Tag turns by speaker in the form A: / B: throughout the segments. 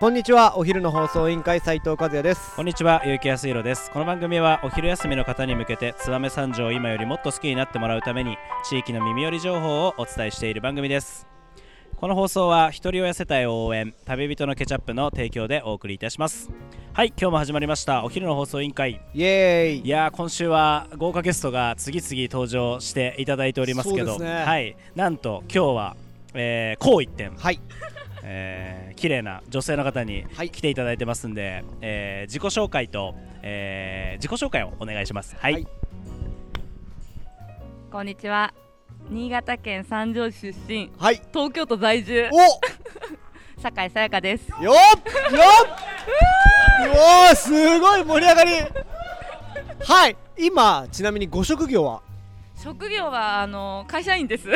A: こんにちはお昼の放送委員会斉藤和也です
B: こんにちは、ゆうきやすいろです。この番組はお昼休みの方に向けて、燕三条を今よりもっと好きになってもらうために、地域の耳寄り情報をお伝えしている番組です。この放送は、ひとり親世帯応援、旅人のケチャップの提供でお送りいたします。はい、今日も始まりました、お昼の放送委員会。
A: イエーイ
B: いやー、今週は豪華ゲストが次々登場していただいておりますけ
A: そう
B: ど、
A: ですね
B: はい、なんと今日は、えー、こう一点。
A: はい
B: えー綺麗な女性の方に
A: はい
B: 来ていただいてますんで、えー自己紹介と、えー自己紹介をお願いします。はい、
A: はい
C: こんにちは新潟県三条市出身
A: はい
C: 東京都在住
A: およ
C: 酒井さやかです
A: っよっおーすごい盛り上がりはい今ちなみにご職業は
C: 職業はあの会社員です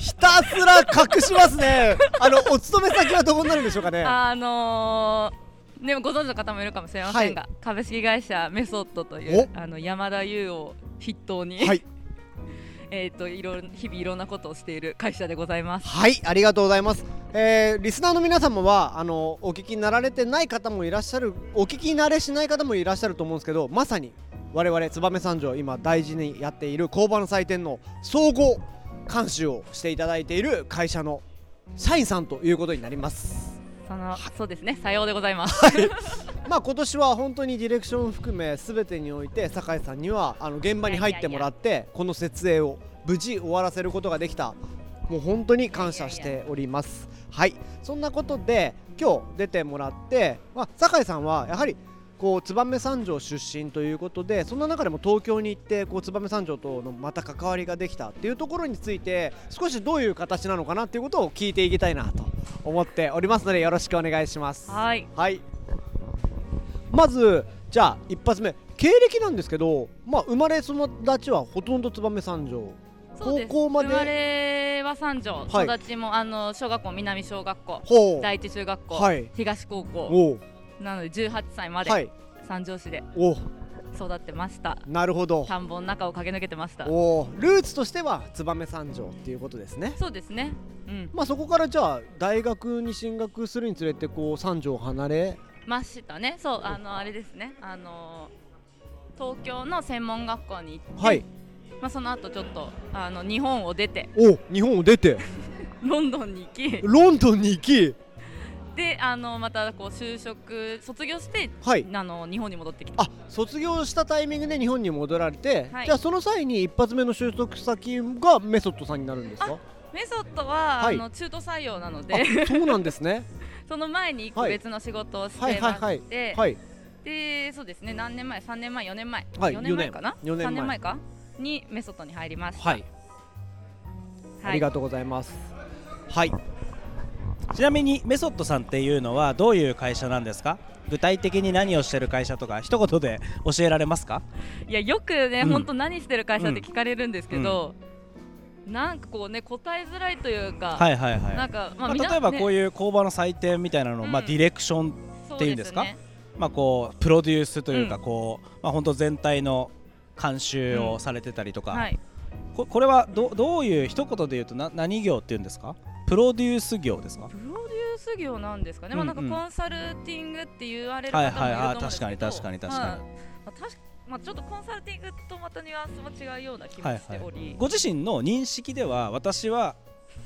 A: ひたすら隠しますねあのお勤め先はどこになるんでしょうかね
C: あのーでもご存知の方もいるかもしれませんが、株式会社メソッドというあの山田優を筆頭に、
A: はい
C: えっといろいろ日々いろんなことをしている会社でございます
A: はいありがとうございます、えーリスナーの皆様はあのお聞きになられてない方もいらっしゃるお聞き慣れしない方もいらっしゃると思うんですけどまさに我々燕三条今大事にやっている工場の祭典の総合監修をしていただいている会社の社員さんということになります
C: そのそうですねさようでございます
A: まあ今年は本当にディレクション含め全てにおいて酒井さんにはあの現場に入ってもらってこの設営を無事終わらせることができたもう本当に感謝しておりますはいそんなことで今日出てもらって、まあ、酒井さんはやはりこう燕三条出身ということでそんな中でも東京に行ってこう燕三条とのまた関わりができたっていうところについて少しどういう形なのかなっていうことを聞いていきたいなと思っておりますのでよろしくお願いします。
C: はい
A: はいまずじゃあ一発目経歴なんですけど、まあ、生まれ育ちはほとんど燕三条
C: そうです
A: 高校まで
C: 生まれは三条、
A: はい
C: 育ちもあの小学校南小学校
A: ほう
C: 第一中学校、
A: はい
C: 東高校
A: おう
C: なので18歳まで、
A: はい
C: 三条市で
A: おう
C: 育ってました
A: なるほど
C: 田んぼの中を駆け抜けてました
A: おうルーツとしては燕三条っていうことですね
C: そうですねうん
A: まあそこからじゃあ大学に進学するにつれてこう三条を離れ
C: ましたねそうあのあれですねあの東京の専門学校に行って、
A: はい
C: まあ、その後ちょっとあの日本を出て
A: おう日本を出て
C: ロンドンに行き
A: ロンドンに行き
C: であのまたこう就職卒業して
A: はい
C: あの日本に戻ってきた
A: あ卒業したタイミングで日本に戻られて、
C: はい
A: じゃあその際に一発目の就職先がメソッドさんになるんですか
C: メソッドは、
A: はい
C: あの中途採用なので
A: あそうなんです ね
C: その前に一個
A: はい
C: 別の仕事をしてま
A: は
C: し
A: い
C: て、
A: はいはいはい
C: でそうですね何年前3年前4年前、
A: はい
C: 4年前かな
A: 4年
C: 3年前かにメソッドに入りました、
A: はい
C: は
A: ありがとうございますはい
B: ちなみにメソッドさんっていうのはどういう会社なんですか具体的に何をしてる会社とか一言で 教えられますか
C: いやよくね、
B: うん
C: 本当何してる会社って聞かれるんですけど、なんかこうね答えづらいというか、
B: はいはいはい、
C: なんか、ま
B: ま
C: あ
B: あ、
C: みんな、
B: 例えばこう
C: いう
B: いう工場の祭典みたいなのを、
C: うん
B: まあ、ディレクション、っていうんですかまあ、こうプロデュースというか、
C: う
B: こうまあ、本当全体の監修をされてたりとか、
C: はい、
B: ここれはどどういう一言で言うとな何業っていうんですかプロデュース業ですか
C: プロデュース業なんですかね、まあ
B: う
C: なんん
B: うん
C: かコンサルティングって言われる方
B: は
C: も
B: い
C: い
B: はいあ
C: ると思うんですけ
B: 確
C: ど、
B: かに確かに確かに
C: はいまあ確かまあ、ちょっとコンサルティングとまたニュアンスも違うような気もしており、
B: ご自身の認識では私は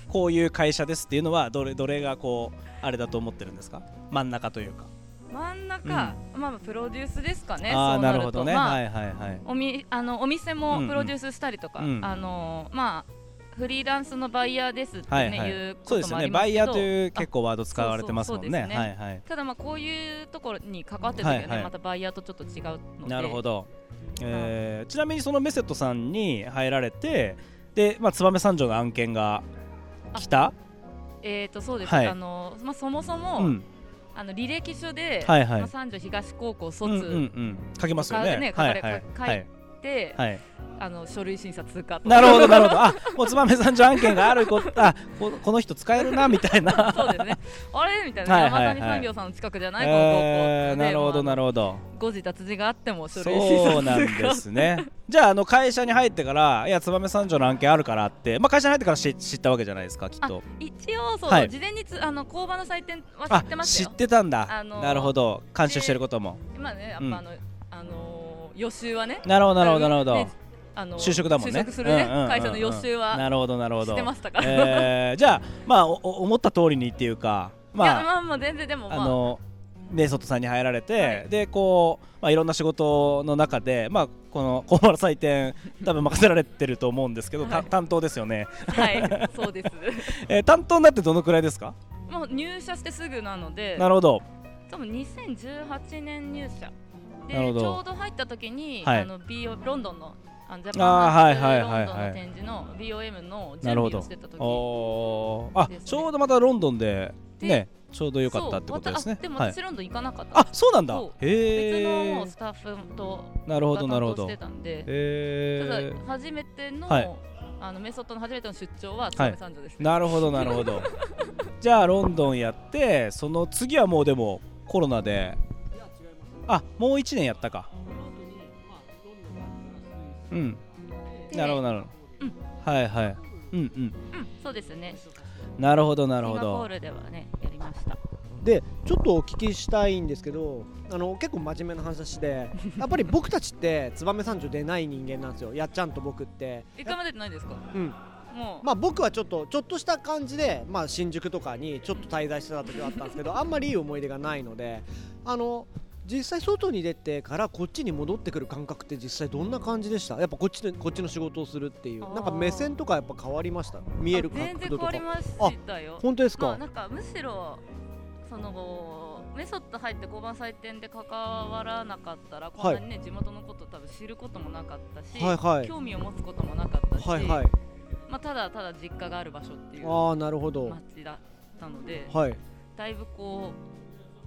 B: こういう会社ですっていうのはどれどれがこうあれだと思ってるんですか真ん中というか、
C: 真ん中、まあプロデュースですかね
B: ああ
C: そう
B: な
C: な
B: る
C: る
B: ほ
C: と
B: どね、
C: まあ
B: はいはいはい
C: おみあのお店
B: うんう
C: も
B: ん
C: プロデュースしたりとか、
B: うん
C: あのまあフリーランスのバイヤーですってね、
B: はいいはいうそう
C: こ
B: で
C: と
B: す
C: も
B: よ
C: あ
B: ね
C: ります
B: バ
C: け
B: イ
C: ど
B: ヤーという結構ワード使われてますもんね
C: そうそうそうですね
B: はいはい
C: ただまあこういうところに関わってた時はね、
B: はいはい
C: またバイヤーとちょっと違うので
B: なるほど、えーちなみにそのメセットさんに入られてで、まあ、燕三条の案件が来た、
C: えっ、とそうです、
B: はい
C: あのまあそもそも、
B: うん、
C: あの履歴書で、
B: はいはい
C: まあ、三条東高校
B: うん
C: 卒
B: うんうん書けますよね
C: ね書
B: は
C: か
B: い
C: れ
B: はい
C: 書
B: はい
C: で、
B: はい
C: あの書類審査通過と
B: なるほどなるほどあもう燕三条案件があるこ あここの人使えるなみた いな
C: そうですねあれみたいな、
B: はいはいはい
C: 山谷産業さんの近くじゃない、
B: えー
C: この高校って
B: なるほどな
C: る
B: るほど
C: 誤字脱字があっても書類審査
B: そうなんですねじゃああの会社に入ってからいや燕三条の案件あるからって、まあ、会社に入ってから知知ったわけじゃないですかきっ
C: あ
B: と
C: 一応そう、
B: はい
C: 事前につあの工場の採点は知ってましたよ
B: 知ってたんだ、
C: あのー
B: なるほど監修してることも
C: 今ねやっ
B: うん
C: ぱあの、あのー予習はね
B: なるほどなるほどなるほど、
C: ねあの
B: 就職だもんね
C: 就職するね、
B: うんうんうんうん
C: 会社の予習は
B: なるほどなるほど
C: してましたから
B: えーじゃあまあおお思った通りにっていうか
C: いや
B: まあ
C: まあまあ全然でもま
B: あ
C: あ
B: のね外さんに入られて、
C: はい
B: でこう、まあ、いろんな仕事の中で、まあ、この小原採点多分任せられてると思うんですけど、た
C: はい
B: 担当ですよね、
C: はいそうです
B: えー担当になってどのくらいですか、
C: もう入社してすぐなので
B: なるほど
C: 多分2018年入社で
B: なるほど
C: ちょうど入った時に、
B: はい
C: あの BO ロンドンのあのジャ
B: あー
C: パン
B: はい
C: ナ
B: はいはいはい
C: ッツロンドンの展示の BOM の
B: なる
C: 準備
B: ほ
C: を
B: ど
C: してた時
B: おーあ、
C: ですね
B: ちょうどまたロンドンで
C: で
B: ねちょうどよかったってことですね
C: そうわたあでも
B: はい
C: 私、ロンドン行かなかった、
B: あそうなんだ
C: そう別の
B: へ
C: も
B: え
C: うスタッフと
B: なるほど
C: が
B: な
C: 担
B: るほ
C: 当
B: ど
C: してたんで、ただ
B: えー、
C: 初めての、
B: はい
C: あのメソッドの初めての出張は
B: はい
C: 燕三条ですね、
B: なるほどなるほどじゃあロンドンやってその次はもうでもコロナであもう1年やったかうん
C: で
B: なるほどなるほど、はいはいうんうん
C: うん、そうですね
B: なるほどな
C: シン
B: る
C: ガ
B: ほ
C: ポー
B: ど
C: ルではねやりました
A: でちょっとお聞きしたいんですけどあの結構真面目な話 でやっぱり僕たちって燕三条出ない人間なんですよやっちゃんと僕って、
C: 一回も出てないですか
A: うん、
C: もう、
A: まあ僕はちょっとちょっとした感じで、まあ、新宿とかにちょっと滞在してた時があったんですけどあんまりいい思い出がないのであの実際外に出てからこっちに戻ってくる感覚って実際どんな感じでしたやっぱこっちでこっちの仕事をするっていう
C: あー
A: なんか目線とかやっぱ変わりました見える
C: あ全然
A: 角
C: 変
A: 度と
C: わ
A: か
C: りましたよ
A: 本当ですか、
C: まあ、なんかむしろその後メソッド入って交番採点で関わらなかったらこんなにね、地元のこと多分知ることもなかったし、
A: はいはい
C: 興味を持つこともなかったし、
A: はいはい
C: まあ、ただただ実家がある場所っていう
A: ああなるほど
C: 町だったので、
A: はい
C: だいぶこう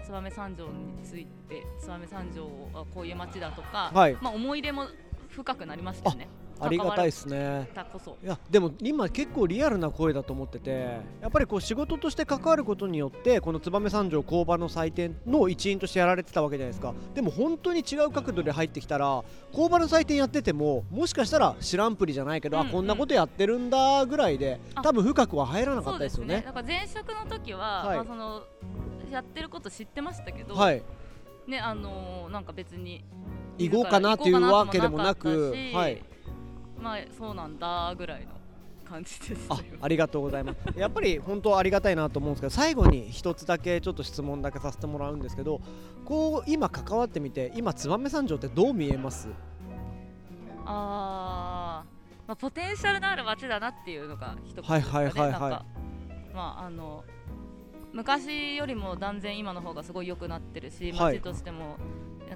C: 燕三条について燕三条はこういう町だとか、
A: はい
C: まあ、思い入れも深くなりましたよね。
A: ありがたいです
C: 関わ
A: ね
C: られたこそ
A: いやでも今結構リアルな声だと思っててやっぱりこう仕事として関わることによってこの燕三条工場の祭典の一員としてやられてたわけじゃないですかでも本当に違う角度で入ってきたら工場の祭典やっててももしかしたら知らんぷりじゃないけど、
C: うんう
A: あ
C: ん
A: こんなことやってるんだぐらいで
C: あ
A: 多分深くは入らなか
C: そ
A: っ
C: う
A: たで
C: ですす
A: よ
C: ね
A: ね。
C: だから前職の時は、
A: はい
C: まあ、そのやってること知ってましたけど、
A: はい
C: ねあのーなんか別に
A: 行こうかなっていうわけでもな
C: 行こ
A: く
C: うかなともなかったし
A: はい
C: まあそうなんだぐらいの感じです
A: あありがとうございます やっぱり本当ありがたいなと思うんですけど最後に一つだけちょっと質問だけさせてもらうんですけどこう今関わってみて今燕三条ってどう見えます
C: あー、まあ、ポテンシャルのある街だなっていうのが一つですか
A: はい
C: ね
A: はいはいはい
C: なんかまああの昔よりも断然今の方がすごい良くなってるし
A: はい
C: 街としても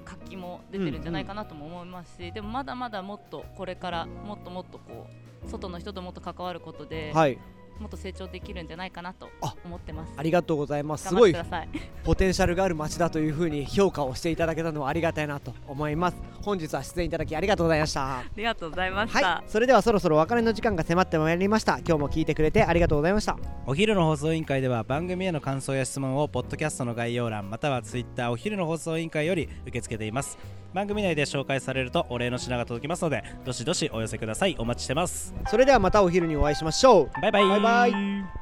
C: 活気も出てるんじゃないかなとも思いますし、でもまだまだもっとこれからもっともっとこう外の人ともっと関わることで、
A: はい
C: もっと成長できるんじゃないかなと
A: あ
C: 思ってます。
A: ありがとうございますす
C: 頑張っ
A: ご
C: て
A: い
C: ください。
A: ポテンシャルがある街だというふうに評価をしていただけたのはありがたいなと思います本日は出演いただきありがとうございました
C: ありがとうございました。
A: はいそれではそろそろお別れの時間が迫ってまいりました今日も聞いてくれてありがとうございました
B: お昼の放送委員会では番組への感想や質問をポッドキャストの概要欄またはツイッターお昼の放送委員会より受け付けています番組内で紹介されるとお礼の品が届きますのでどしどしお寄せくださいお待ちしてます
A: それではまたお昼にお会いしましょう
B: バイバイ
A: バイバ
B: イ